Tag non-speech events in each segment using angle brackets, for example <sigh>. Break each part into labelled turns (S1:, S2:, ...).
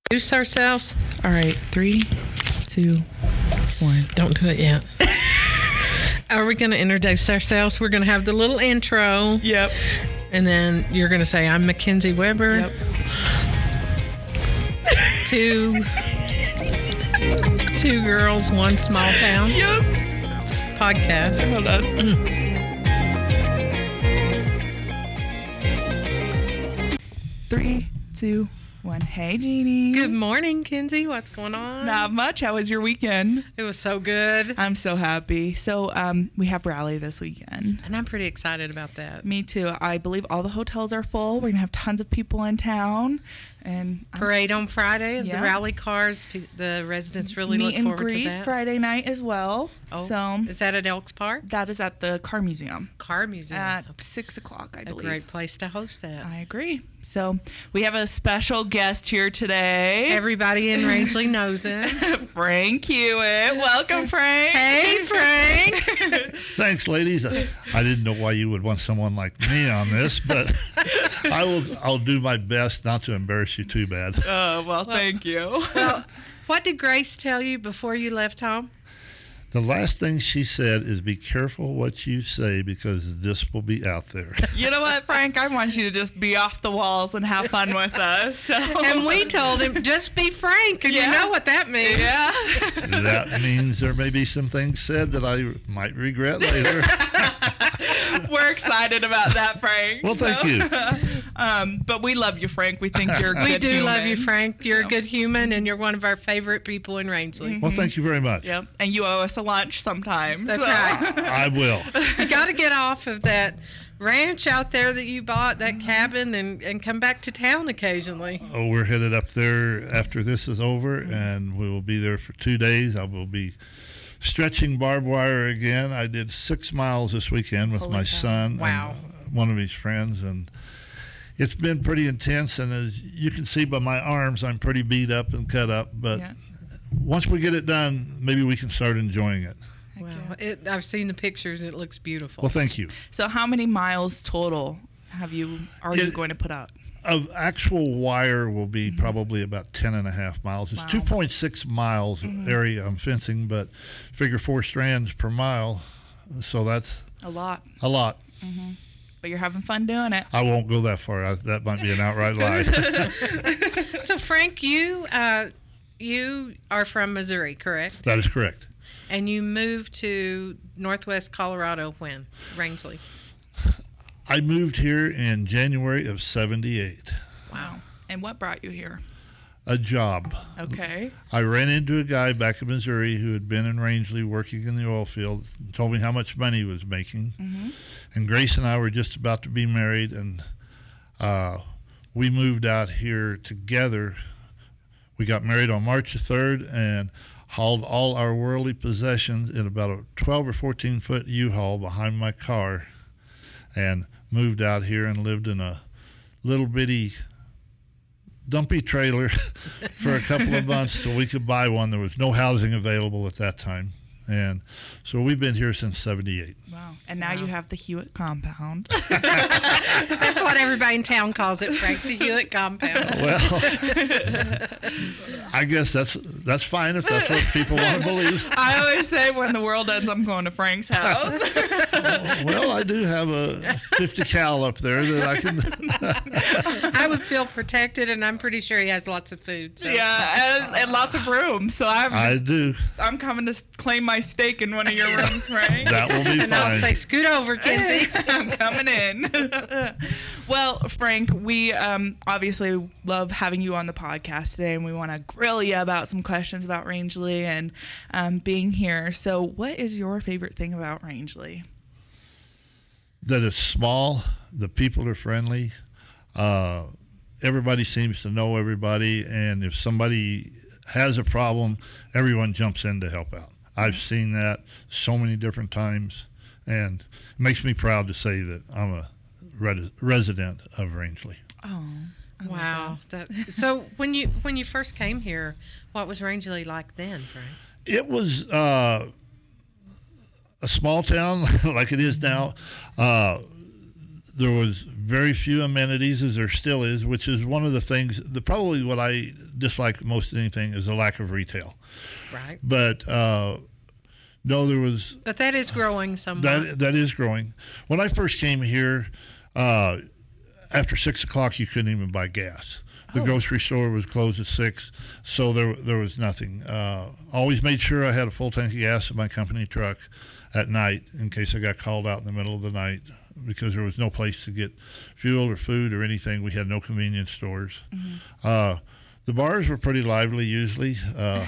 S1: introduce ourselves?
S2: All right, three, two, one.
S1: Don't do it yet. <laughs> Are we going to introduce ourselves? We're going to have the little intro,
S2: Yep.
S1: and then you're going to say, I'm Mackenzie Weber.
S2: Yep.
S1: Two, two girls, one small town
S2: Yep.
S1: podcast.
S2: Hold on. Three, two, one. Hey, Jeannie.
S1: Good morning, Kenzie. What's going on?
S2: Not much. How was your weekend?
S1: It was so good.
S2: I'm so happy. So, um, we have rally this weekend.
S1: And I'm pretty excited about that.
S2: Me too. I believe all the hotels are full. We're gonna have tons of people in town, and I'm
S1: Parade on Friday, the
S2: Yeah.
S1: rally cars. pe- The residents really
S2: meet
S1: look
S2: and
S1: forward to
S2: greet
S1: that.
S2: Friday night as well.
S1: Oh,
S2: So
S1: is that at Elks Park?
S2: that is at the Car Museum
S1: Car Museum.
S2: at
S1: Okay.
S2: six o'clock, I
S1: a
S2: believe.
S1: great place to host that.
S2: I agree. So we have a special guest here today,
S1: Everybody in Rangeley knows it.
S2: <laughs> Frank Hewitt. Welcome, Frank. Uh,
S1: Hey,
S2: <laughs>
S1: Frank.
S3: Thanks, ladies. I I didn't know why you would want someone like me on this, but I will. I'll do my best not to embarrass you too bad.
S2: Oh well, thank you.
S1: what did Grace tell you before you left home?
S3: The last thing she said is, "Be careful what you say because this will be out there."
S2: <laughs> you know what, Frank? I want you to just be off the walls and have fun with us. So.
S1: And we told him, just be frank, and
S2: Oh. Yeah.
S1: you know what that means.
S2: yeah.
S3: that means there may be some things said that I might regret later.
S2: <laughs> We're excited about that, Frank.
S3: Well, thank
S2: So-
S3: you.
S2: <laughs> um, but we love you, Frank. We think you're. A
S1: <laughs> We
S2: good
S1: do love
S2: human.
S1: you, Frank. You're
S2: So-
S1: a good human, and you're one of our favorite people in Rangeley.
S2: Mm-hmm.
S3: Well, thank you very much.
S2: Yep. And you owe us a lunch sometime.
S1: That's
S2: so-
S1: right.
S3: I will.
S2: <laughs>
S1: You got to get off of that ranch out there that you bought, that
S2: Mm-hmm.
S1: cabin, and, and come back to town occasionally.
S3: Oh, we're headed up there after this is over, and we will be there for two days. I will be stretching barbed wire again. I did six miles this weekend with
S2: Holy
S3: my
S2: cow.
S3: son
S1: Wow.
S3: and uh, one of his friends, and it's been pretty intense. And as you can see by my arms, I'm pretty beat up and cut up.
S2: <laughs>
S3: But
S2: Yeah.
S3: once we get it done, maybe we can start enjoying it.
S1: Wow. It, I've seen the pictures, it looks beautiful.
S3: Well, thank you.
S2: So how many miles total have you are you
S3: It-
S2: going to put up?
S3: of actual wire will be probably about 10 and a half miles. It's
S2: Wow.
S3: 2.6 miles area I'm fencing, but figure four strands per mile. So that's
S2: A lot.
S3: a lot.
S2: But you're having fun doing it.
S3: I won't go that far. I, that might be an outright lie.
S1: So, Frank, you uh, you are from Missouri, correct?
S3: that is correct.
S1: And you moved to Northwest Colorado when Rangeley.
S3: I moved here in January of 78.
S2: Wow. And what brought you here?
S3: A job.
S2: Okay.
S3: I ran into a guy back in Missouri who had been in Rangeley working in the oil field and told me how much money he was making. And Grace and I were just about to be married, and uh, we moved out here together. We got married on March the 3rd and hauled all our worldly possessions in about a 12 or 14 foot U haul behind my car and moved out here and lived in a little bitty dumpy trailer <laughs> for a couple of months so we could buy one. There was no housing available at that time. And so we've been here since 78.
S2: Wow. And now you have the Hewitt
S3: <laughs>
S2: compound.
S1: <laughs> That's what everybody in town calls it, Frank, the Hewitt compound.
S3: Well, I guess that's that's fine if that's what people want to
S1: <laughs>
S3: believe.
S2: <laughs> I always say when the world ends, I'm going to Frank's house.
S3: <laughs> Well, I do have a 50 cal up there that
S2: <laughs>
S3: I can.
S1: <laughs>
S3: <laughs>
S1: I would feel protected, and I'm pretty sure he has lots of food. So.
S2: yeah, and, and lots of rooms. So I'm
S3: I do.
S2: I'm coming to s- claim my steak in one of
S3: <laughs>
S2: your rooms, Frank.
S3: That will be
S1: And I'll say,
S3: fine.
S1: scoot over, Kenzie.
S2: <laughs> I'm coming in. <laughs> well, Frank, we um, obviously love having you on the podcast today, and we want to grill you about some questions about Rangeley and um, being here. So, what is your favorite thing about Rangeley?
S3: That it's small. The people are friendly. Uh, everybody seems to know everybody, and if somebody has a problem, everyone jumps in to help out. I've seen that so many different times, and it makes me proud to say that I'm a res- resident of Rangeley.
S2: Oh,
S1: <laughs> Wow. That, so when you when you first came here, what was Rangeley like then, Frank?
S3: It was uh, <laughs> a small town like it is now. Uh, there was very few amenities as there still is, which is one of the things. The probably what I dislike most of anything is the lack of retail.
S1: right?
S3: But uh, no, there was
S1: But that is growing somewhat.
S3: that that is growing. When I first came here, uh, after six o'clock, you couldn't even buy gas. The grocery store was closed at six, so there there was nothing. Uh, always made sure I had a full tank of gas in my company truck at night in case I got called out in the middle of the night because there was no place to get fuel or food or anything. We had no convenience stores. Uh, the bars were pretty lively usually. Uh,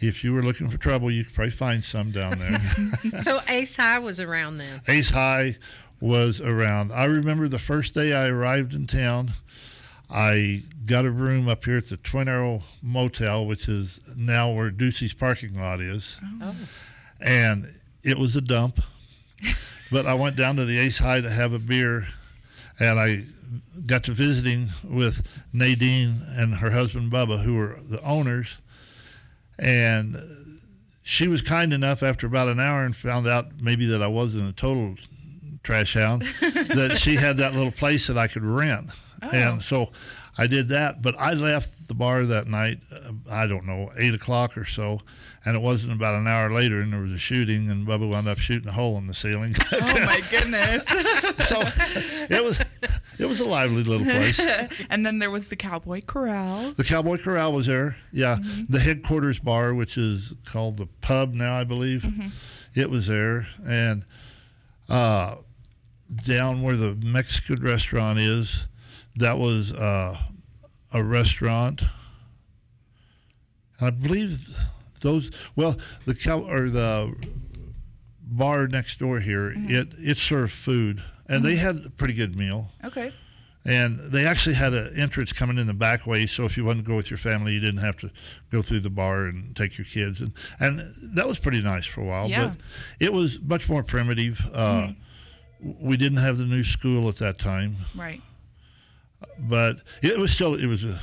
S3: if you were looking for trouble, you could probably find some down there.
S1: so Ace High was around then.
S3: Ace High was around. I remember the first day I arrived in town, I got a room up here at the Twin Arrow Motel, which is now where Ducey's parking lot is.
S1: Oh.
S3: And it was a dump. but I went down to the Ace High to have a beer, and I got to visiting with Nadine and her husband Bubba, who were the owners. And she was kind enough after about an hour and found out maybe that I wasn't a total trash hound that she had that little place that I could rent. And so I did that, but I left the bar that night, uh, I don't know, eight o'clock or so. And it wasn't about an hour later, and there was a shooting, and Bubba wound up shooting a hole in the ceiling. <laughs>
S2: Oh my <laughs> goodness.
S3: so it was it was a lively little place.
S2: and then there was the Cowboy Corral.
S3: The Cowboy Corral was there. Yeah. The headquarters bar, which is called the pub now, I believe, it was there. And uh, down where the Mexican restaurant is, that was uh, a restaurant. And I believe those, well, the cow or the bar next door here, it, it served food. And they had a pretty good meal.
S2: Okay.
S3: And they actually had an entrance coming in the back way, so if you wanted to go with your family, you didn't have to go through the bar and take your kids. And and that was pretty nice for a while,
S2: Yeah.
S3: but it was much more primitive. Uh,
S1: Hmm.
S3: We didn't have the new school at that time,
S2: Right.
S3: but it was still it was a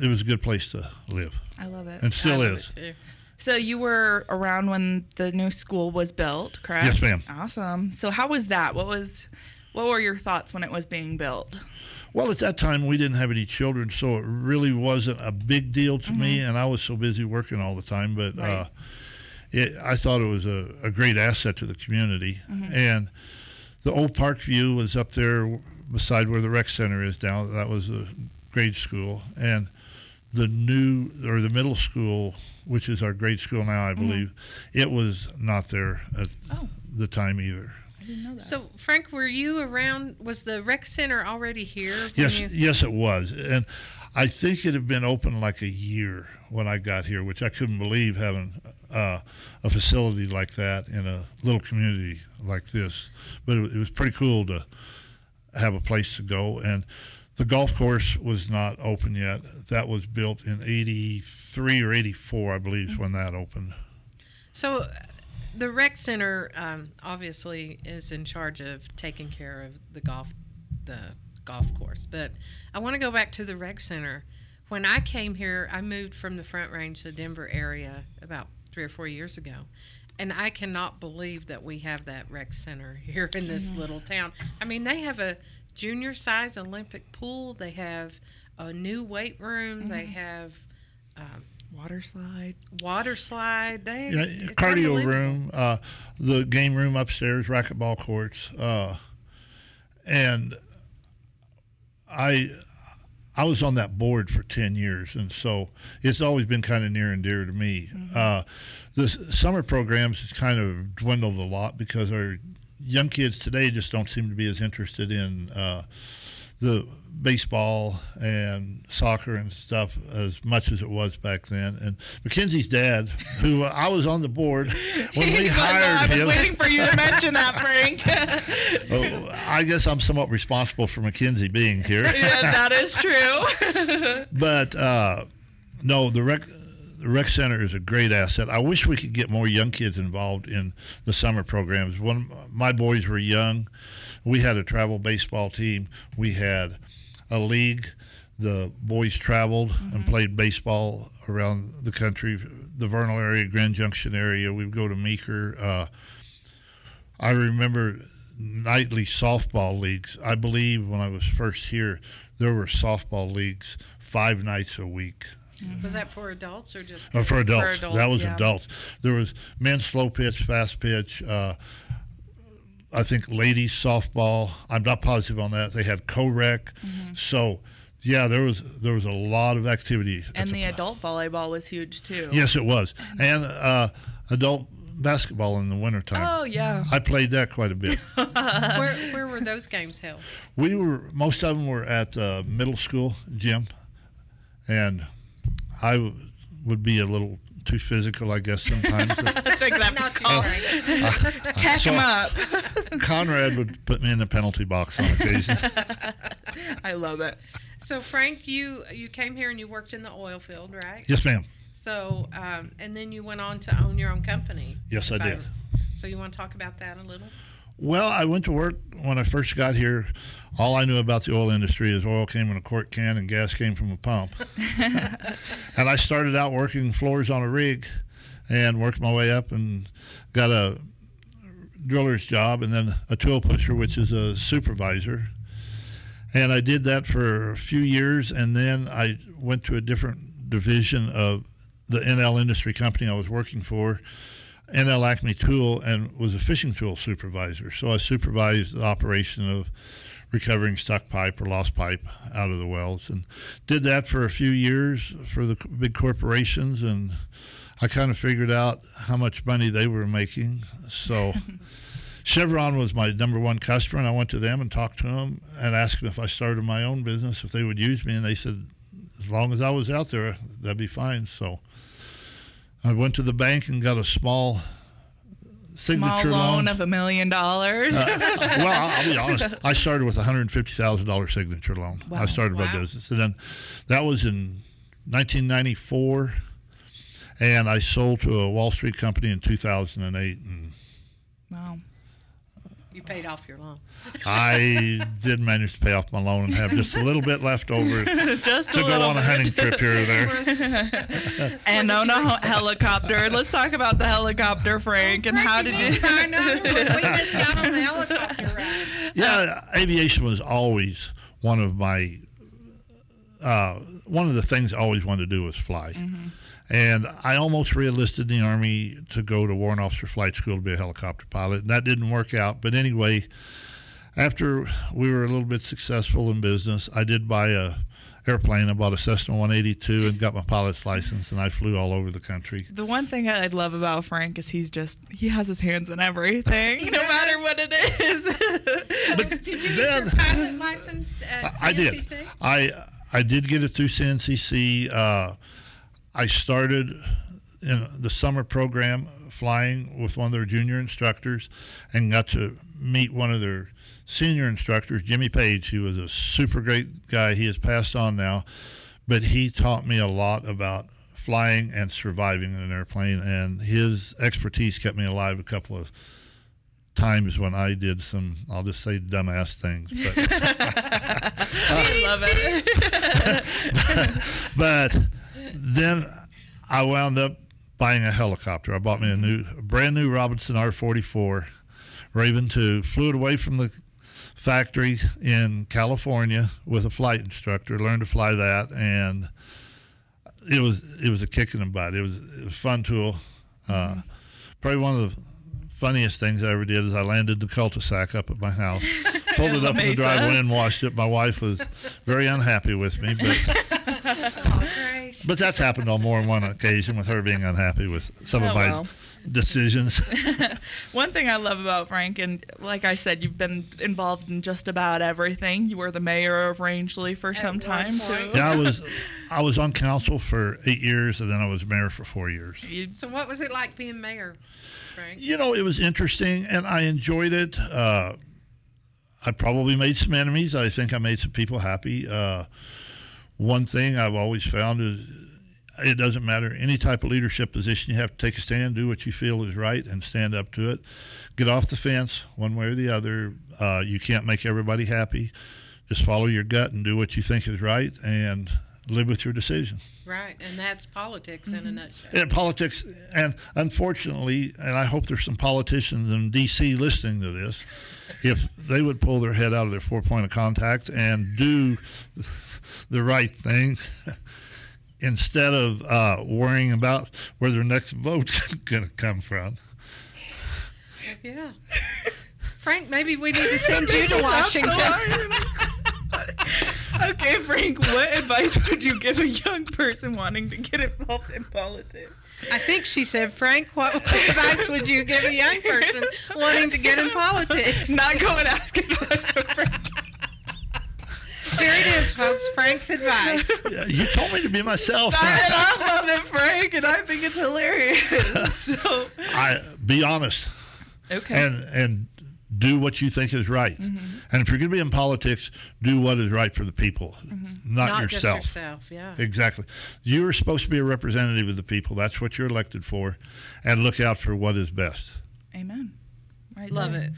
S3: it was a good place to live,
S2: I love it.
S3: and still
S1: I love
S3: is.
S1: it too.
S2: So you were around when the new school was built, correct?
S3: Yes, ma'am.
S2: Awesome. So how was that? What was what were your thoughts when it was being built?
S3: Well, at that time we didn't have any children, so it really wasn't a big deal to me, and I was so busy working all the time. But uh,
S2: Mm-hmm. Right.
S3: it, I thought it was a, a great asset to the community,
S2: Mm-hmm.
S3: and the old Park View was up there beside where the rec center is now. That was the grade school, and the new or the middle school, which is our grade school now, I believe, it was not there at
S2: Mm-hmm. Oh.
S3: the time either.
S2: I didn't know that.
S1: So Frank, were you around? Was the rec center already here? when
S3: Yes,
S1: you-
S3: yes, it was, and I think it had been open like a year when I got here, which I couldn't believe having uh, a facility like that in a little community like this. But it, wa- it was pretty cool to have a place to go, and the golf course was not open yet. That was built in '83 or '84, I believe, is when that opened.
S1: So uh, the rec center um, obviously is in charge of taking care of the golf the golf course. But I want to go back to the rec center. When I came here, I moved from the Front Range to the Denver area about three or four years ago. And I cannot believe that we have that rec center <laughs> here in this little town. I mean, they have a junior size Olympic pool. They have a new weight room. They have um,
S2: Water slide.
S1: water slide. They
S3: Yeah,
S1: it's
S3: cardio
S1: unbelievable.
S3: room, uh, the game room upstairs, racquetball courts, uh, and I I was on that board for ten years, and so it's always been kind of near and dear to me.
S2: Mm-hmm.
S3: Uh, the s- summer programs has kind of dwindled a lot because our young kids today just don't seem to be as interested in. Uh, the baseball and soccer and stuff as much as it was back then. And Mackenzie's dad, who I was on the board
S2: <laughs>
S3: when we
S2: I
S3: hired
S2: was
S3: him,
S2: waiting for you to mention that,
S3: <laughs>
S2: Frank.
S3: oh, I guess I'm somewhat responsible for Mackenzie being
S2: <laughs>
S3: here.
S2: yeah, that is true.
S3: But uh, no, the rec the rec center is a great asset. I wish we could get more young kids involved in the summer programs. When my boys were young, we had a travel baseball team. We had a league. The boys traveled and played baseball around the country, the Vernal area, Grand Junction area. We'd go to Meeker. Uh, I remember nightly softball leagues. I believe when I was first here, there were softball leagues five nights a week.
S1: Was that for adults or just
S3: Uh, for,
S1: kids?
S3: adults.
S2: adults,
S3: that was
S2: yeah.
S3: adults. There was men's slow pitch, fast pitch. Uh, I think ladies softball. I'm not positive on that. They had co-rec.
S2: Mm-hmm.
S3: So, yeah, there was there was a lot of activity.
S2: and
S3: It's a-
S2: the Mm-hmm. adult volleyball was huge too.
S3: yes, it was, and uh, adult basketball in the wintertime.
S2: Oh <laughs> yeah.
S3: I played that quite a bit.
S1: where, where were those games held?
S3: we were most of them were at the middle school gym, and I w- would be a little too physical, I guess, sometimes.
S2: I think that
S1: Not too
S2: oh,
S1: great.
S2: <laughs>
S3: <laughs>
S2: tack
S3: So-
S2: 'em up.
S3: Conrad would put me in the penalty box on occasion.
S2: <laughs> I love it.
S1: So Frank, you you came here and you worked in the oil field, right?
S3: yes, ma'am.
S1: So um, and then you went on to own your own company.
S3: Yes, I
S1: if
S3: did.
S1: so you want to talk about that a little?
S3: Well, I went to work when I first got here. All I knew about the oil industry is oil came in a quart can and gas came from a pump. and I started out working floors on a rig and worked my way up and got a driller's job and then a tool pusher, which is a supervisor. And I did that for a few years and then I went to a different division of the NL industry company I was working for. NL Acme Tool and was a fishing tool supervisor. So I supervised the operation of recovering stuck pipe or lost pipe out of the wells and did that for a few years for the c- big corporations. And I kind of figured out how much money they were making.
S2: <laughs>
S3: So Chevron was my number one customer, and I went to them and talked to them and asked them if I started my own business, if they would use me. And they said, as long as I was out there, that'd be fine. So. I went to the bank and got a small
S2: Small
S3: <laughs> signature
S2: loan
S3: loan. Uh,
S2: of a million dollars.
S3: <laughs> well, I'll be honest. I started with a hundred fifty thousand dollars signature loan. I started my
S1: Wow.
S3: business, and then that was in nineteen ninety four, and I sold to a Wall Street company in two thousand and eight, and
S2: <laughs> Wow. <laughs>
S1: You paid off your loan.
S2: <laughs>
S3: I did manage to pay off my loan and have just a little bit left over to
S2: Just <laughs> a
S3: go
S2: little
S3: on a
S2: bit.
S3: hunting trip <laughs> here or there.
S2: <laughs> and own a hel- helicopter. Let's talk about the helicopter, Frank. And how did you?
S1: Oh, I know
S2: <laughs>
S1: we just got on the helicopter ride.
S3: <laughs> Yeah, aviation was always one of my uh, one of the things I always wanted to do was fly. And I almost reenlisted in the army to go to warrant officer flight school to be a helicopter pilot, and that didn't work out. But anyway, after we were a little bit successful in business, I did buy a airplane. I bought a Cessna 182 and got my pilot's license, and I flew all over the country.
S2: The one thing I love about Frank is he's just he has his hands in everything, no matter what it
S1: <laughs>
S2: is.
S1: Did you get your
S3: then-
S1: pilot license at
S3: I did.
S1: CNCC?
S3: <laughs> I I did get it through CNCC. Uh, I started in the summer program flying with one of their junior instructors, and got to meet one of their senior instructors, Jimmy Page, who was a super great guy. He has passed on now, but he taught me a lot about flying and surviving in an airplane, and his expertise kept me alive a couple of times when I did some, I'll just say dumbass things, but.
S2: I love it.
S3: <laughs> but then I wound up buying a helicopter. I bought me a new, a brand new Robinson R44 Raven 2. Flew it away from the factory in California with a flight instructor. Learned to fly that, and it was it was a kick in the butt. It was, it was a fun tool. Uh, probably one of the funniest things I ever did is I landed the cul-de-sac up at my house, pulled it
S2: <laughs>
S3: up in the
S2: Mesa.
S3: driveway and washed it. My wife was very unhappy with me, but.
S1: Oh, Grace.
S3: But that's happened on more than one occasion with her being unhappy with some
S2: Oh,
S3: of my
S2: well. <laughs>
S3: decisions.
S2: One thing I love about Frank, and like I said, you've been involved in just about everything. You were the mayor of Rangeley for some
S1: one
S2: time
S1: point.
S2: too.
S3: yeah, I was I was on council for eight years and then I was mayor for four years.
S2: You-
S1: So what was it like being mayor, Frank?
S3: You know, it was interesting and I enjoyed it. Uh, I probably made some enemies. I think I made some people happy. Uh, one thing I've always found is it doesn't matter any type of leadership position you have to take a stand do what you feel is right and stand up to it get off the fence one way or the other uh, you can't make everybody happy just follow your gut and do what you think is right and live with your decision
S1: Right, and that's politics in a nutshell.
S3: and politics and unfortunately and i hope there's some politicians in dc listening to this if they would pull their head out of their four point of contact and do the right thing <laughs> instead of uh, worrying about where their next vote's <laughs> going to come from.
S1: Yeah. Frank, maybe we need to send
S2: <laughs>
S1: you to Washington.
S2: okay, Frank, what advice would you give a young person wanting to get involved in politics?
S1: I think she said, Frank, what <laughs> advice would you give a young person wanting to get in politics?
S2: Not go and ask advice for
S1: <laughs>
S2: Frank.
S1: There it is, folks. Frank's advice.
S3: Yeah, You told me to be myself.
S2: and I love it, Frank, and I think
S1: <laughs>
S2: it's hilarious. So,
S3: I be honest.
S2: okay.
S3: and and do what you think is right. And if you're going to be in politics, do what is right for the people, not,
S1: Not
S3: yourself.
S1: just yourself, yeah.
S3: Exactly. You are supposed to be a representative of the people. That's what you're elected for, and look out for what is best. <laughs>
S2: Amen. Right
S1: Love
S2: there.
S1: it.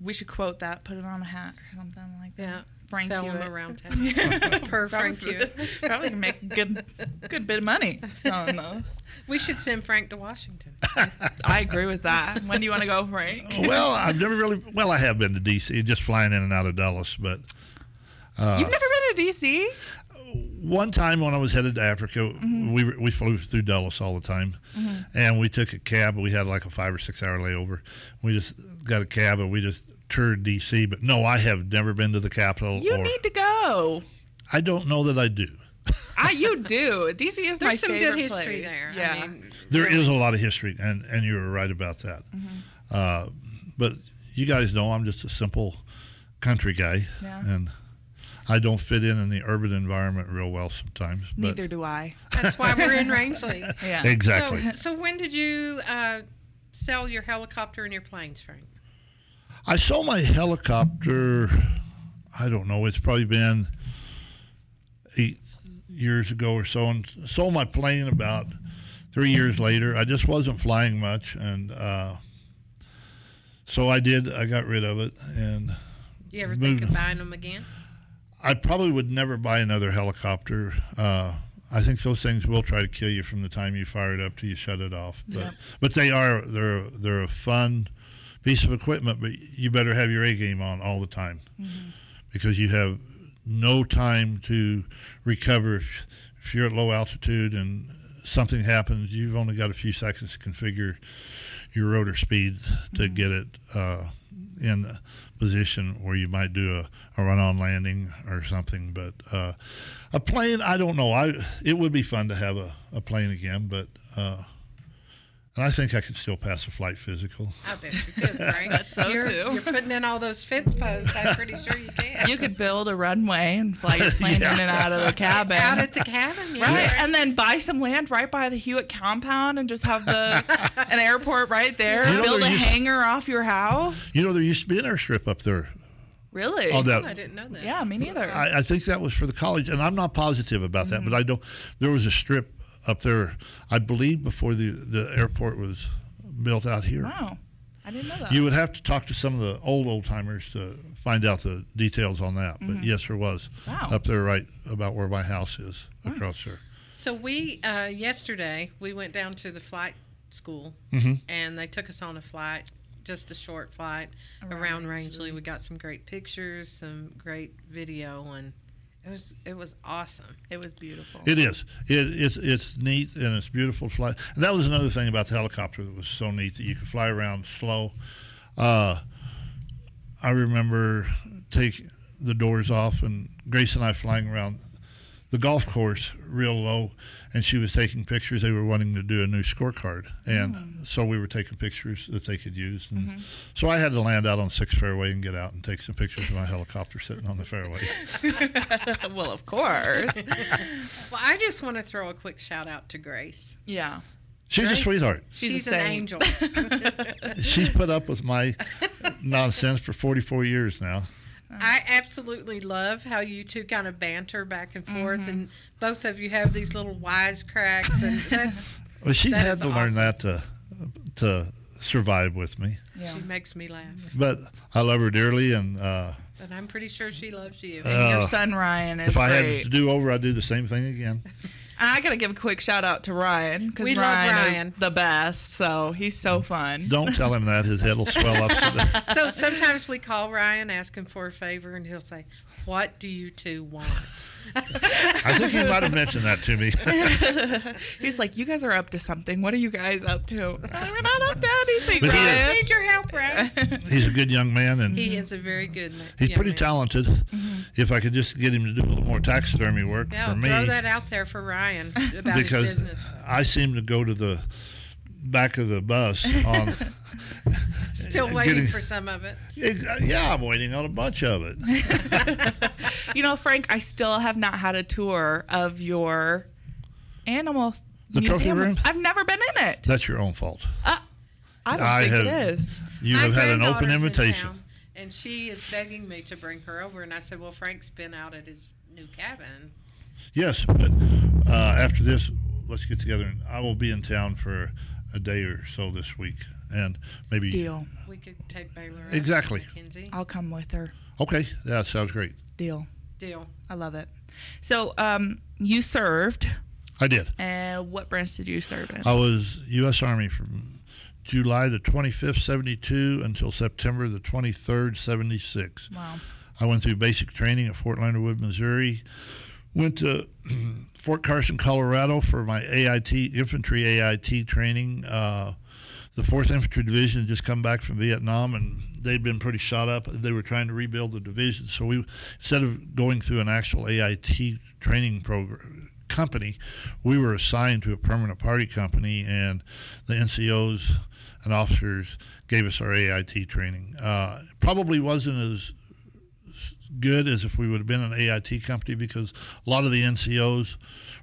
S2: We should quote that, put it on a hat or something like that.
S1: Yeah.
S2: Frank
S1: Sell
S2: Hewitt.
S1: them around
S2: <laughs>
S1: <laughs> town. Per Frank
S2: Probably,
S1: Hewitt.
S2: <laughs> probably can make a good, good bit of money selling those.
S1: We should send Frank to
S2: <laughs>
S1: Washington.
S2: I agree with that. When do you want to go, Frank?
S3: well, I've never really. Well, I have been to D.C. just flying in and out of Dallas, but Uh,
S2: You've never been to DC?
S3: one time when I was headed to Africa,
S2: Mm-hmm.
S3: we were- we flew through Dallas all the time, and we took a cab. We had like a five or six hour layover. We just got a cab and we just toured D.C. But no, I have never been to the Capitol.
S2: You
S3: or,
S2: need to go.
S3: I don't know that I do.
S2: I Ah, you do. DC is my
S1: There's some
S2: favorite
S1: good history
S2: place.
S1: there.
S2: Yeah.
S1: I mean,
S3: There is a lot of history, and and you're right about that.
S2: Mm-hmm.
S3: Uh, but you guys know I'm just a simple country guy,
S2: Yeah.
S3: and I don't fit in in the urban environment real well sometimes. But
S2: Neither do I.
S1: that's why we're in Rangeley.
S2: Yeah.
S3: <laughs> exactly.
S1: So, so when did you uh, sell your helicopter and your planes, Frank?
S3: I sold my helicopter. I don't know. It's probably been eight years ago or so, and sold my plane about three years later. I just wasn't flying much, and uh, so I did. I got rid of it, and
S1: You ever
S3: Moved
S1: think of buying them again?
S3: I probably would never buy another helicopter. Uh, I think those things will try to kill you from the time you fire it up till you shut it off. But but they are they're they're a fun piece of equipment, but you better have your A game on all the time because you have no time to recover if, if you're at low altitude and something happens. You've only got a few seconds to configure your rotor speed to get it uh, in a position where you might do a, a run-on landing or something. But uh, a plane, I don't know. I it would be fun to have a, a plane again, but uh, and I think I could still pass a flight physical.
S1: I bet you could,
S2: <laughs>
S1: Frank. That's
S2: so,
S1: you're,
S2: too.
S1: You're putting in all those fence posts. I'm pretty sure you can.
S2: <laughs> You could build a runway and fly
S3: <laughs>
S2: your plane in and out of the cabin.
S1: <laughs> out at the cabin, yeah.
S2: Right, and then buy some land right by the Hewitt compound, and just have
S3: <laughs>
S2: the an airport right there.
S3: You know,
S2: build a
S3: there used-
S2: hangar off your house.
S3: You know, there used to be an airstrip up there.
S2: Really?
S3: All
S1: Oh, I
S3: that.
S1: didn't know that.
S2: yeah, me neither.
S3: I, I think that was for the college, and I'm not positive about that,
S2: Mm-hmm.
S3: but I don't. There was a strip up there, I believe, before the the airport was built out here.
S2: wow, I didn't know that.
S3: You would have to talk to some of the old old timers to find out the details on that. But yes, there was
S2: Mm-hmm. Wow.
S3: up there, right about where my house is across there.
S1: So we uh, yesterday we went down to the flight school, and they took us on a flight, just a short flight around, Rangeley. We got some great pictures, some great video, and it was it was awesome.
S2: it was beautiful. <laughs>
S3: It is. It, it's it's neat and it's beautiful to fly. And that was another thing about the helicopter that was so neat that you could fly around slow. Uh, I remember take the doors off and Grace and I flying around the golf course real low, and she was taking pictures. They were wanting to do a new scorecard, and so we were taking pictures that they could use. And So I had to land out on six fairway and get out and take some pictures of my helicopter sitting on the fairway.
S2: <laughs> well, of course.
S1: <laughs> Well, I just want to throw a quick shout out to Grace.
S2: yeah.
S3: She's
S1: Grace-
S3: a sweetheart.
S1: She's,
S2: She's a
S1: an
S2: saint.
S1: angel.
S2: <laughs>
S3: She's put up with my nonsense for 44 years now.
S1: I absolutely love how you two kind of banter back and forth, and both of you have these little wisecracks, and that,
S3: Well, she's
S1: That
S3: had
S1: is
S3: to
S1: awesome.
S3: learn that to to survive with me.
S2: Yeah.
S1: <laughs> she makes me laugh.
S3: But I love her dearly, and uh,
S1: But I'm pretty sure she loves you.
S2: And your
S3: uh,
S2: son Ryan is
S3: if I had
S2: great.
S3: to do over, I'd do the same thing again.
S2: And I gotta give a quick shout out to Ryan because
S1: We love
S2: Ryan,
S1: Ryan.
S2: is the best. So he's so fun.
S3: Don't tell him that. His head will swell up.
S1: <laughs>
S3: So that-
S1: So sometimes we call Ryan, ask him for a favor, and he'll say, "What do you two want?"
S3: I think he might have mentioned that
S1: <laughs>
S3: to me.
S2: <laughs> He's like, you guys are up to something. What are you guys up to? We're not up to anything,
S3: But he is-
S1: I
S2: Ryan.
S1: need your help, Ryan.
S3: He's a good young man, and
S1: <laughs> He is a very good man.
S3: he's
S1: young
S3: pretty
S1: man. Mm-hmm.
S3: talented. If I could just get him to do a little more taxidermy work
S1: Yeah,
S3: for me,
S1: throw that out there for Ryan about his
S3: because
S1: business.
S3: I seem to go to the back of the bus
S1: <laughs>
S3: on.
S1: Still
S3: I'm
S1: waiting
S3: uh, getting-
S1: for some of it.
S3: yeah, I'm waiting on a bunch of
S1: <laughs>
S2: <laughs>
S3: it.
S2: you know, Frank, I still have not had a tour of your animal
S3: The trophy
S2: museum.
S3: room?
S2: I've never been in it. Uh,
S3: That's your own fault.
S2: I don't
S3: I
S2: think
S3: have-
S2: it is.
S3: You
S1: My
S3: have had an open
S1: granddaughter's in
S3: invitation.
S1: town, and she is begging me to bring her over, and I said, "Well, Frank's been out at his new cabin."
S3: Yes, but uh, after this, let's get together. And I will be in town for a day or so this week, and maybe
S2: Deal.
S1: We could take Baylor. up,
S3: Exactly.
S1: Mackenzie.
S2: I'll come with her.
S3: Okay, that sounds great.
S2: Deal.
S3: <laughs>
S1: Deal.
S2: I love it. So, um, you served.
S3: I did.
S2: Uh, what branch did you serve in?
S3: I was U.S. Army from July the 25th, 72 until September the 23rd, 76.
S2: Wow.
S3: I went through basic training at Fort Leonard Wood, Missouri. Went to <clears throat> Fort Carson, Colorado for my AIT, infantry AIT training. Uh, the 4th Infantry Division had just come back from Vietnam and they'd been pretty shot up. They were trying to rebuild the division. So we, instead of going through an actual AIT training program, company, we were assigned to a permanent party company and the NCOs and officers gave us our AIT training. Uh, probably wasn't as good as if we would have been an AIT company because a lot of the NCOs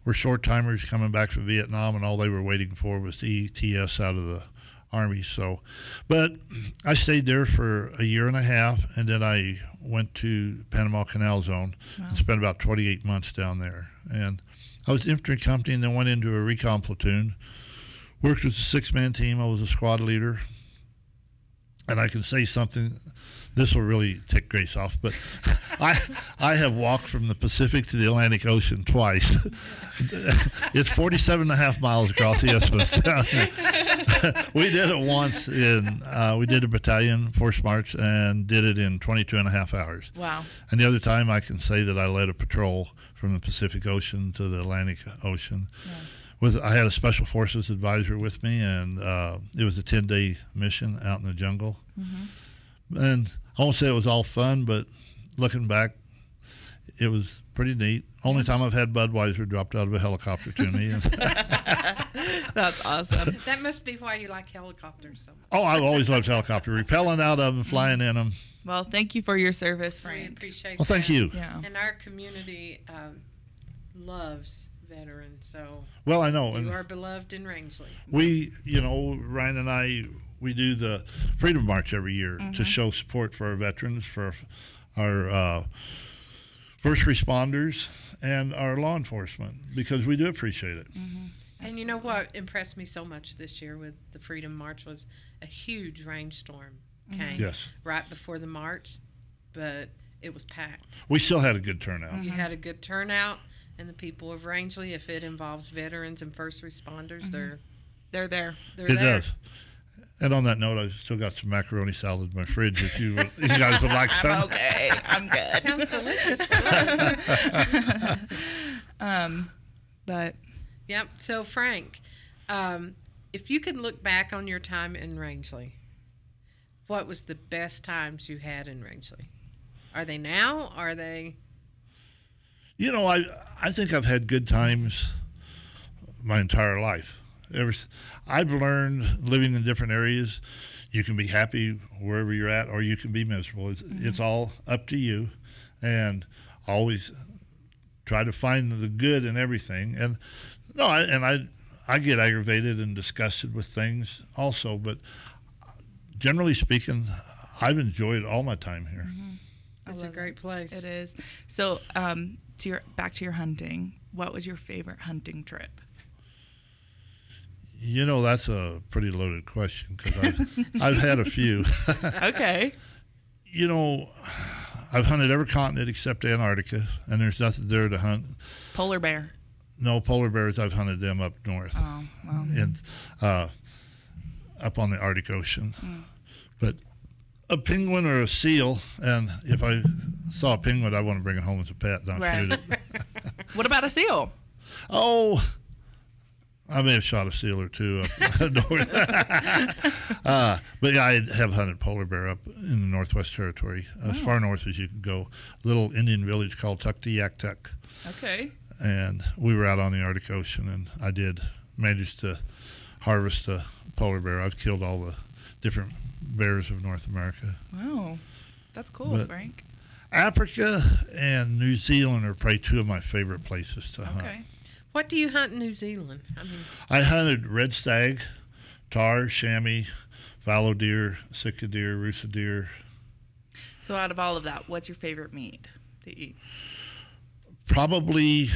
S3: were short timers coming back from Vietnam and all they were waiting for was the ETS out of the Army. So, but I stayed there for a year and a half and then I went to Panama Canal Zone and spent about 28 months down there. And I was infantry company and then went into a recon platoon. Worked with a six man team. I was a squad leader. And I can say something this will really tick Grace off, but I I have walked from the Pacific to the Atlantic Ocean twice. <laughs> it's 47 and a half miles across the isthmus down there. <laughs> we did it once in, uh, we did a battalion force march and did it in 22 and a half hours.
S2: Wow.
S3: And the other time I can say that I led a patrol from the Pacific Ocean to the Atlantic Ocean. With I had a special forces advisor with me, and uh, it was a 10 day mission out in the jungle.
S1: Mm-hmm.
S3: And I won't say it was all fun, but looking back, it was pretty neat. Only time I've had Budweiser dropped out of a helicopter to me. <laughs>
S2: <laughs> That's awesome.
S1: That must be why you like helicopters so much.
S3: oh, I've always loved helicopter, repelling out of them, flying in them.
S2: Well, thank you for your service,
S1: We
S2: Frank.
S1: appreciate.
S3: Well, thank
S1: that.
S3: you.
S2: Yeah.
S1: And our community um, loves veterans, so
S3: Well, I know.
S1: you
S3: Oh, And
S1: are beloved in Rangeley.
S3: we you know ryan and i we do the freedom march every year to show support for our veterans for our uh, first responders and our law enforcement because we do appreciate it
S1: And you know what impressed me so much this year with the Freedom March was a huge rainstorm came
S3: Yes.
S1: right before the march, but it was packed.
S3: we still had a good turnout
S1: You had a good turnout, and the people of Rangeley, if it involves veterans and first responders, they're
S2: They're there.
S1: they're
S3: it
S1: there.
S3: does and on that note i've still got some macaroni salad in my fridge if you, would- if you guys would like some
S2: Okay, I'm
S1: <laughs>
S2: good.
S1: Sounds delicious.
S2: Um, but
S1: Yep. So, Frank, um, if you could look back on your time in Rangeley, what was the best times you had in Rangeley? Are they now? Are they?
S3: You know, I I think I've had good times my entire life. Ever, s- I've learned living in different areas, you can be happy wherever you're at, or you can be miserable. It's, it's all up to you, and always try to find the good in everything. And no, I, and I I get aggravated and disgusted with things also, but generally speaking, I've enjoyed all my time here.
S1: It's a
S2: love
S1: great place.
S2: it is. So, um, to your back to your hunting. What was your favorite hunting trip?
S3: You know, that's a pretty loaded question
S2: <laughs>
S3: because I've, I've had a few.
S2: <laughs>
S3: <laughs>
S2: Okay.
S3: you know, I've hunted every continent except Antarctica, and there's nothing there to hunt.
S2: Polar bear.
S3: No polar bears. I've hunted them up north
S2: Oh, well.
S3: and uh, up on the Arctic Ocean.
S2: Hmm.
S3: But a penguin or a seal, and if I saw a penguin, I want to bring it home as a pet, not
S2: Right.
S3: shoot it.
S2: <laughs> What about a seal?
S3: Oh, I may have shot a seal or two up <laughs> north. <laughs> uh, but yeah, I have hunted polar bear up in the Northwest Territory, as far north as you can go. Little Indian village called Tuktoyaktuk,
S2: Okay.
S3: and we were out on the Arctic Ocean, and I did manage to harvest a polar bear. I've killed all the different bears of North America.
S2: Wow. That's cool,
S3: But-
S2: Frank.
S3: Africa and New Zealand are probably two of my favorite places to hunt.
S2: Okay.
S1: What do you hunt in New Zealand? I mean,
S3: I hunted red stag, tar, chamois, fallow deer, sitka deer, rooster deer.
S2: So out of all of that, what's your favorite meat to eat?
S3: Probably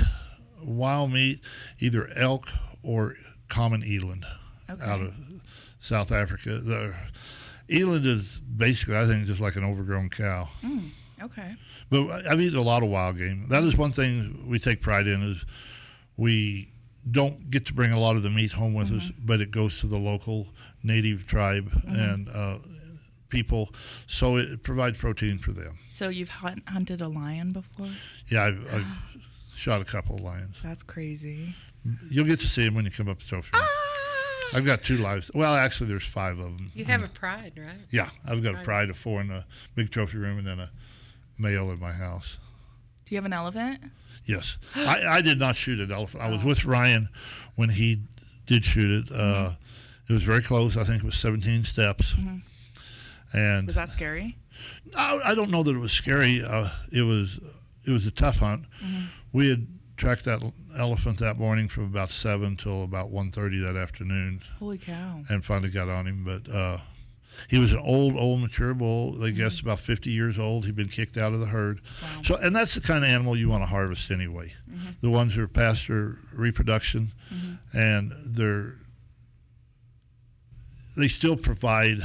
S3: wild meat, either elk or common eland
S2: Okay.
S3: out of South Africa. The eland is basically, I think, just like an overgrown cow.
S2: okay.
S3: But I- I've eaten a lot of wild game. That is one thing we take pride in is we don't get to bring a lot of the meat home with us,
S1: Mm-hmm.
S3: but it goes to the local native tribe and uh, people, so it provides protein for them.
S2: So you've hunt- hunted a lion before?
S3: Yeah, I've, I've shot a couple of lions.
S2: That's crazy.
S3: You'll get to see them when you come up to Topher.
S1: Ah!
S3: I've got two lives. Well, actually, there's five of them.
S1: you have a pride, right?
S3: Yeah, I've got a pride of four in a big trophy room and then a male in my house.
S2: Do you have an elephant?
S3: Yes, I, I did not shoot an elephant. I was with Ryan when he did shoot it. Uh, It was very close. I think it was 17 steps. And
S2: Mm-hmm. Was that scary?
S3: I, I don't know that it was scary. Uh, it was it was a tough hunt.
S2: Mm-hmm.
S3: We had tracked that l- elephant that morning from about seven till about 1.30 that afternoon,
S2: Holy cow.
S3: and finally got on him. But uh, he was an old, old mature bull. They guessed about 50 years old. He'd been kicked out of the herd. So, and that's the kind of animal you want to harvest anyway. The ones that are past their reproduction, and they're they still provide.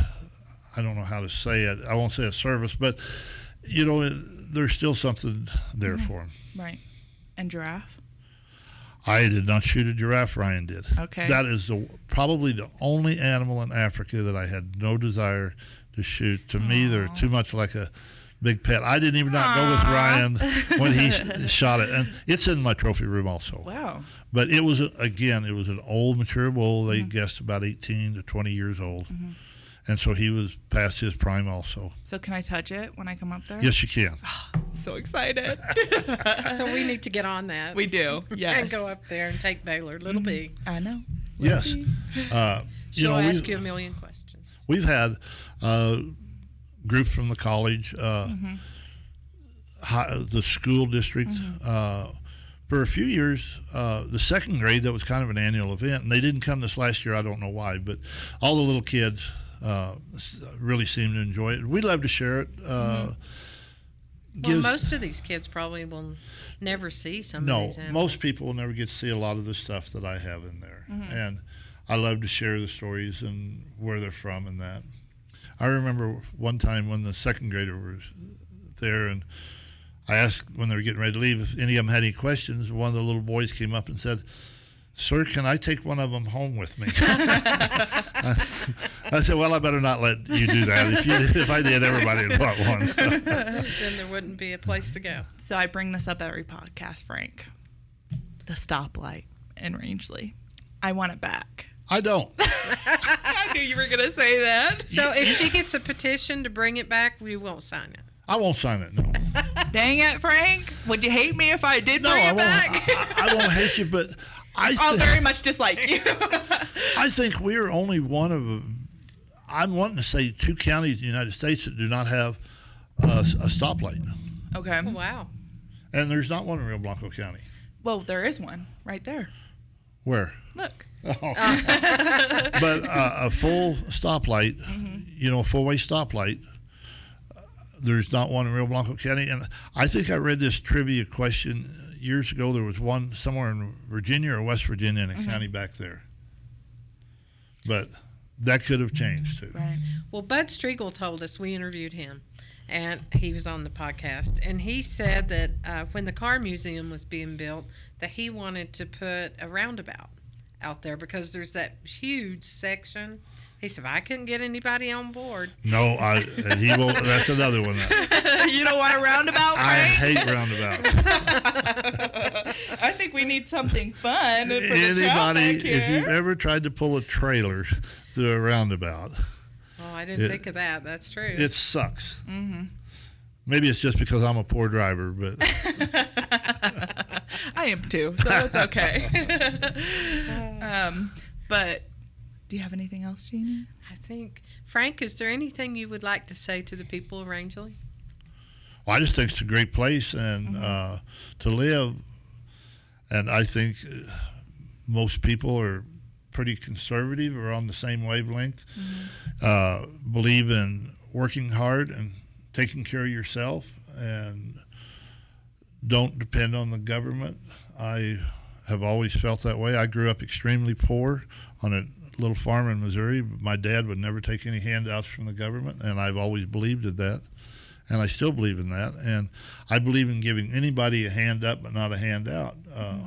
S3: I don't know how to say it. I won't say a service, but you know, there's still something there for 'em. for them.
S2: Right. And giraffe?
S3: I did not shoot a giraffe. Ryan did.
S2: Okay.
S3: That is the probably the only animal in Africa that I had no desire to shoot. To me, they're too much like a big pet. I didn't even not go with Ryan when he sh- shot it, and it's in my trophy room also.
S2: Wow.
S3: But it was again, it was an old mature bull. They guessed about eighteen to twenty years old, and so he was past his prime also.
S2: So can I touch it when I come up there?
S3: Yes, you can.
S2: I'm so <laughs> excited.
S1: <laughs> So we Mm-hmm. need to get on that.
S2: we do.
S1: <laughs>
S2: Yes.
S1: And go up there and take Baylor, little bee.
S2: I know.
S3: Yes. Uh, you
S1: She'll
S3: know, we-
S1: ask you a million questions.
S3: We've had uh, groups from the college, uh,
S1: Mm-hmm.
S3: hi- the school district.
S1: Mm-hmm.
S3: Uh, for a few years, uh, the second grade, that was kind of an annual event, and they didn't come this last year. I don't know why, but all the little kids uh, s- really seemed to enjoy it. We love to share it. Uh,
S1: Mm-hmm. Well,
S3: gives-
S1: most of these kids probably will never see some of
S3: no,
S1: these animals. Mm-hmm.
S3: most people will never get to see a lot of the stuff that I have in there. And I love to share the stories and where they're from and that. I remember one time when the second grader was there and I asked when they were getting ready to leave if any of them had any questions. One of the little boys came up and said, Sir, can I take one of them home
S1: <laughs>
S3: with me? <laughs> I said, Well, I better not let you do that. If, you, if I did, everybody would want
S1: <laughs>
S3: one. <laughs>
S1: Then there wouldn't be a place to go.
S2: So I bring this up every podcast, Frank. The stoplight in Rangeley. I want it back.
S3: I don't.
S2: <laughs> I knew you were gonna say that.
S1: So if she gets a petition to bring it back, we won't sign it.
S3: I won't sign it. No.
S2: Dang it, Frank! Would you hate me if I did
S3: No,
S2: bring
S3: I
S2: it
S3: won't.
S2: back?
S3: I, I won't hate you, but I
S2: <laughs> I'll
S3: thi-
S2: very much dislike <laughs> you.
S3: I think we are only one of. I'm wanting to say two counties in the United States that do not have uh, a stoplight,
S2: okay.
S1: Oh, Wow.
S3: and there's not one in Rio Blanco County.
S2: Well, there is one right there.
S3: Where?
S2: Look. Oh.
S3: but uh, a full stoplight,
S2: Mm-hmm.
S3: you know, a four-way stoplight. uh, There's not one in Rio Blanco County, and I think I read this trivia question years ago. There was one somewhere in Virginia or West Virginia in a
S2: Mm-hmm.
S3: county back there, but that could have changed too.
S2: Right.
S1: Well, Bud Striegel told us we interviewed him, and he was on the podcast, and he said that uh, when the car museum was being built, that he wanted to put a roundabout out there because there's that huge section. He said I couldn't get anybody on board.
S3: No, I and he will. That's another one. that-
S2: <laughs> you don't want a roundabout,
S3: I
S2: right?
S3: hate roundabouts.
S2: <laughs> I think we need something fun. For the traffic
S3: Anybody,
S2: here.
S3: if you've ever tried to pull a trailer through a roundabout,
S1: Oh, I didn't
S3: It-
S1: think of that. That's true.
S3: it sucks. Maybe it's just because I'm a poor driver, but
S2: Mm-hmm. <laughs> I am too, so it's <laughs> okay. um, but do you have anything else, Jeannie?
S1: I think Frank, is there anything you would like to say to the people of Rangeley?
S3: Well, I just think it's a great place and uh, to live. And I think uh, most people are pretty conservative or on the same wavelength. Uh, believe in working hard and taking care of yourself and don't depend on the government. I have always felt that way. I grew up extremely poor on a little farm in Missouri. My dad would never take any handouts from the government, and I've always believed in that and I still believe in that. And I believe in giving anybody a hand up, but not a handout. Uh,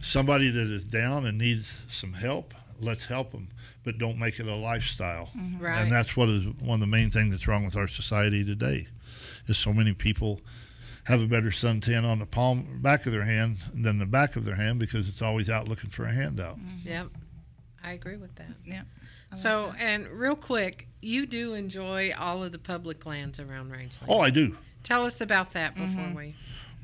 S3: Somebody that is down and needs some help, let's help them, but don't make it a lifestyle.
S1: Mm-hmm.
S2: Mm-hmm.
S1: Right.
S3: And that's what is one of the main things that's wrong with our society today, is so many people have a better suntan on the palm back of their hand than the back of their hand because it's always out looking for a handout.
S1: Yep. I agree with that.
S2: Yeah.
S1: So, and real quick, you do enjoy all of the public lands around Rangeley.
S3: Oh, I do.
S1: Tell us about that
S2: Mm-hmm.
S1: before we.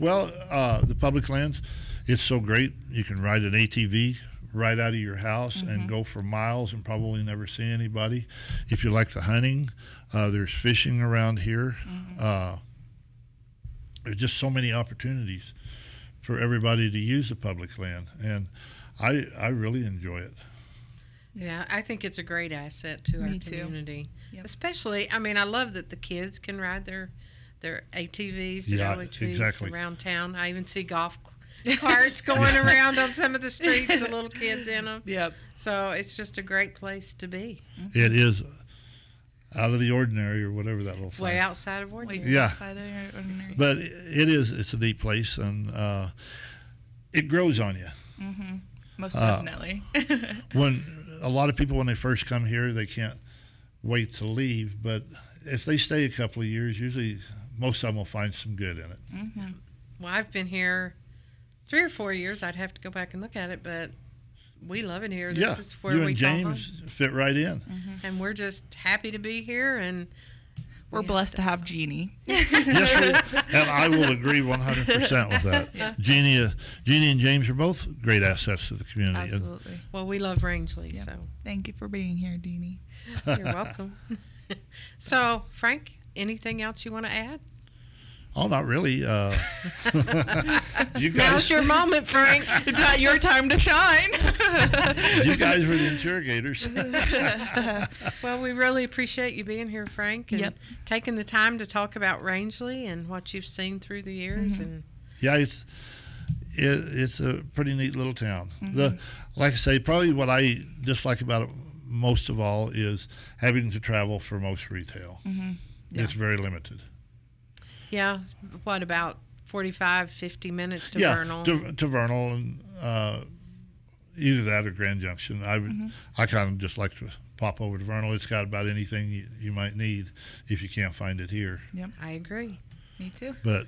S3: Well, uh, the public lands, it's so great. You can ride an ATV right out of your house and go for miles and probably never see anybody. If you like the hunting, uh, there's fishing around here. Uh, there's just so many opportunities for everybody to use the public land, and I I really enjoy it.
S1: Yeah, I think it's a great asset to our
S2: Me too.
S1: community.
S2: Yep.
S1: Especially, I mean, I love that the kids can ride their their ATVs, their
S3: Yeah,
S1: yeah, trees
S3: exactly.
S1: around town. I even see
S2: <laughs>
S1: golf c- carts going around on some of the streets, the little kids in them.
S2: Yep.
S1: So it's just a great place to be,
S3: It is out of the ordinary or whatever that little thing.
S1: way outside of ordinary.
S3: Yeah.
S2: Outside of your ordinary.
S3: But it is it's a neat place, and uh, it grows on you.
S2: mm-hmm. Most
S3: uh,
S2: definitely.
S1: <laughs>
S3: when a lot of people when they first come here they can't wait to leave but if they stay a couple of years usually most of them will find some good in it
S2: Mm-hmm.
S1: Well, I've been here three or four years. I'd have to go back and look at it, but we love it here. This
S3: yeah
S1: is where
S3: you
S1: we
S3: and
S1: call
S3: james fit
S1: <laughs>
S3: right in
S1: home, and we're just happy to be here. And
S2: We're blessed to have Jeannie.
S3: <laughs> yes <laughs> we- and i will agree 100% with that jeannie, uh, jeannie and james are both great assets to the community and
S2: Absolutely.
S1: <laughs> well, we love Rangeley,
S2: Yep.
S1: so
S2: Thank you for being here, Jeannie. <laughs>
S3: <laughs>
S1: you're welcome. <laughs> so, Frank, anything else you want to add?
S3: oh not really
S1: <laughs>
S3: uh, you
S1: Now's
S3: guys
S1: your moment, Frank.
S2: It's not your time to shine.
S3: <laughs> you guys were the interrogators
S1: <laughs> well, we really appreciate you being here, Frank, and
S2: Yep.
S1: taking the time to talk about Rangeley and what you've seen through the years. And
S3: Yeah, it's it, it's a pretty neat little town. The
S1: Mm-hmm.
S3: like I say, probably what I dislike about it most of all is having to travel for most retail.
S1: Mm-hmm.
S3: It's very limited.
S1: yeah, what about 45, 50 minutes to
S3: yeah,
S1: Vernal?
S3: to, to Vernal and uh, either that or Grand Junction. I
S1: Mm-hmm.
S3: would, I kind of just like to pop over to Vernal. It's got about anything you, you might need if you can't find it here.
S1: I agree.
S2: Me too.
S3: but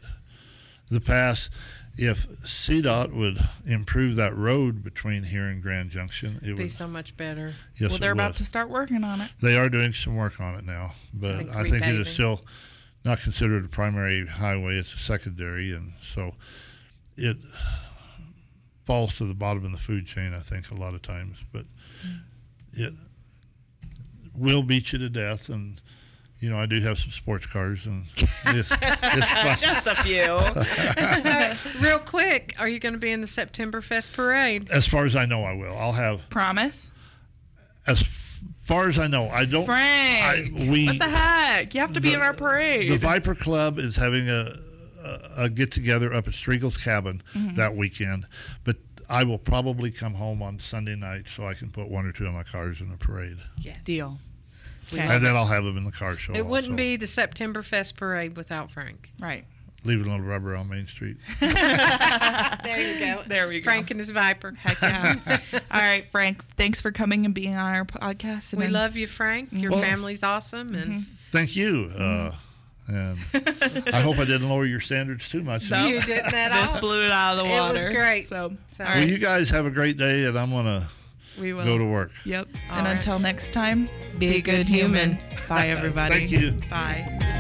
S3: the pass if CDOT would improve that road between here and Grand Junction, it
S1: be
S3: would.
S1: so much better.
S3: Yes,
S2: well, they're
S3: it
S2: about
S3: would.
S2: to start working on it.
S3: They are doing some work on it now, but
S1: Like
S3: I think it is
S1: repaving.
S3: still not considered a primary highway. It's a secondary, and so it falls to the bottom of the food chain. I think a lot of times, but
S2: Hmm.
S3: it will beat you to death. And you know, I do have some sports cars, and
S2: <laughs>
S3: it's, it's fun.
S2: Just a
S3: <laughs>
S2: few.
S1: Real quick, are you going to be in the September Fest parade?
S3: As far as I know, I will. I'll have.
S2: Promise.
S3: As far as I know, I don't.
S2: Frank.
S3: I, we
S2: what the heck? You have to be
S3: the-
S2: in our parade.
S3: the Viper Club is having a a, a get together up at Striegel's cabin
S2: Mm-hmm.
S3: that weekend, but I will probably come home on Sunday night so I can put one or two of my cars in the parade.
S1: Yes.
S2: Deal.
S1: We
S2: Okay.
S1: love
S3: And then I'll have them in the car show.
S1: It wouldn't
S3: also.
S1: be the September Fest parade without Frank.
S2: Right.
S3: leaving a little rubber on Main Street.
S1: <laughs> There you go.
S2: There we go.
S1: Frank and his Viper.
S2: Heck yeah. <laughs> All right, Frank. Thanks for coming and being on our podcast. And
S1: We
S2: then-
S1: love you, Frank. Your
S3: Well-
S1: family's awesome, and
S3: <laughs> Thank you. Uh, and I
S2: <laughs>
S3: hope I didn't lower your standards too much.
S2: No.
S1: you didn't at
S2: This
S1: all.
S2: blew it out of the
S1: It
S2: water.
S1: was great.
S2: So,
S1: So-
S2: all
S3: Well,
S2: right,
S3: you guys have a great day, and I'm going to
S2: we will.
S3: go to work.
S2: Yep.
S1: All
S2: and
S1: right.
S2: until next time,
S1: Be a good human.
S2: Bye, everybody.
S3: Thank you.
S2: Bye.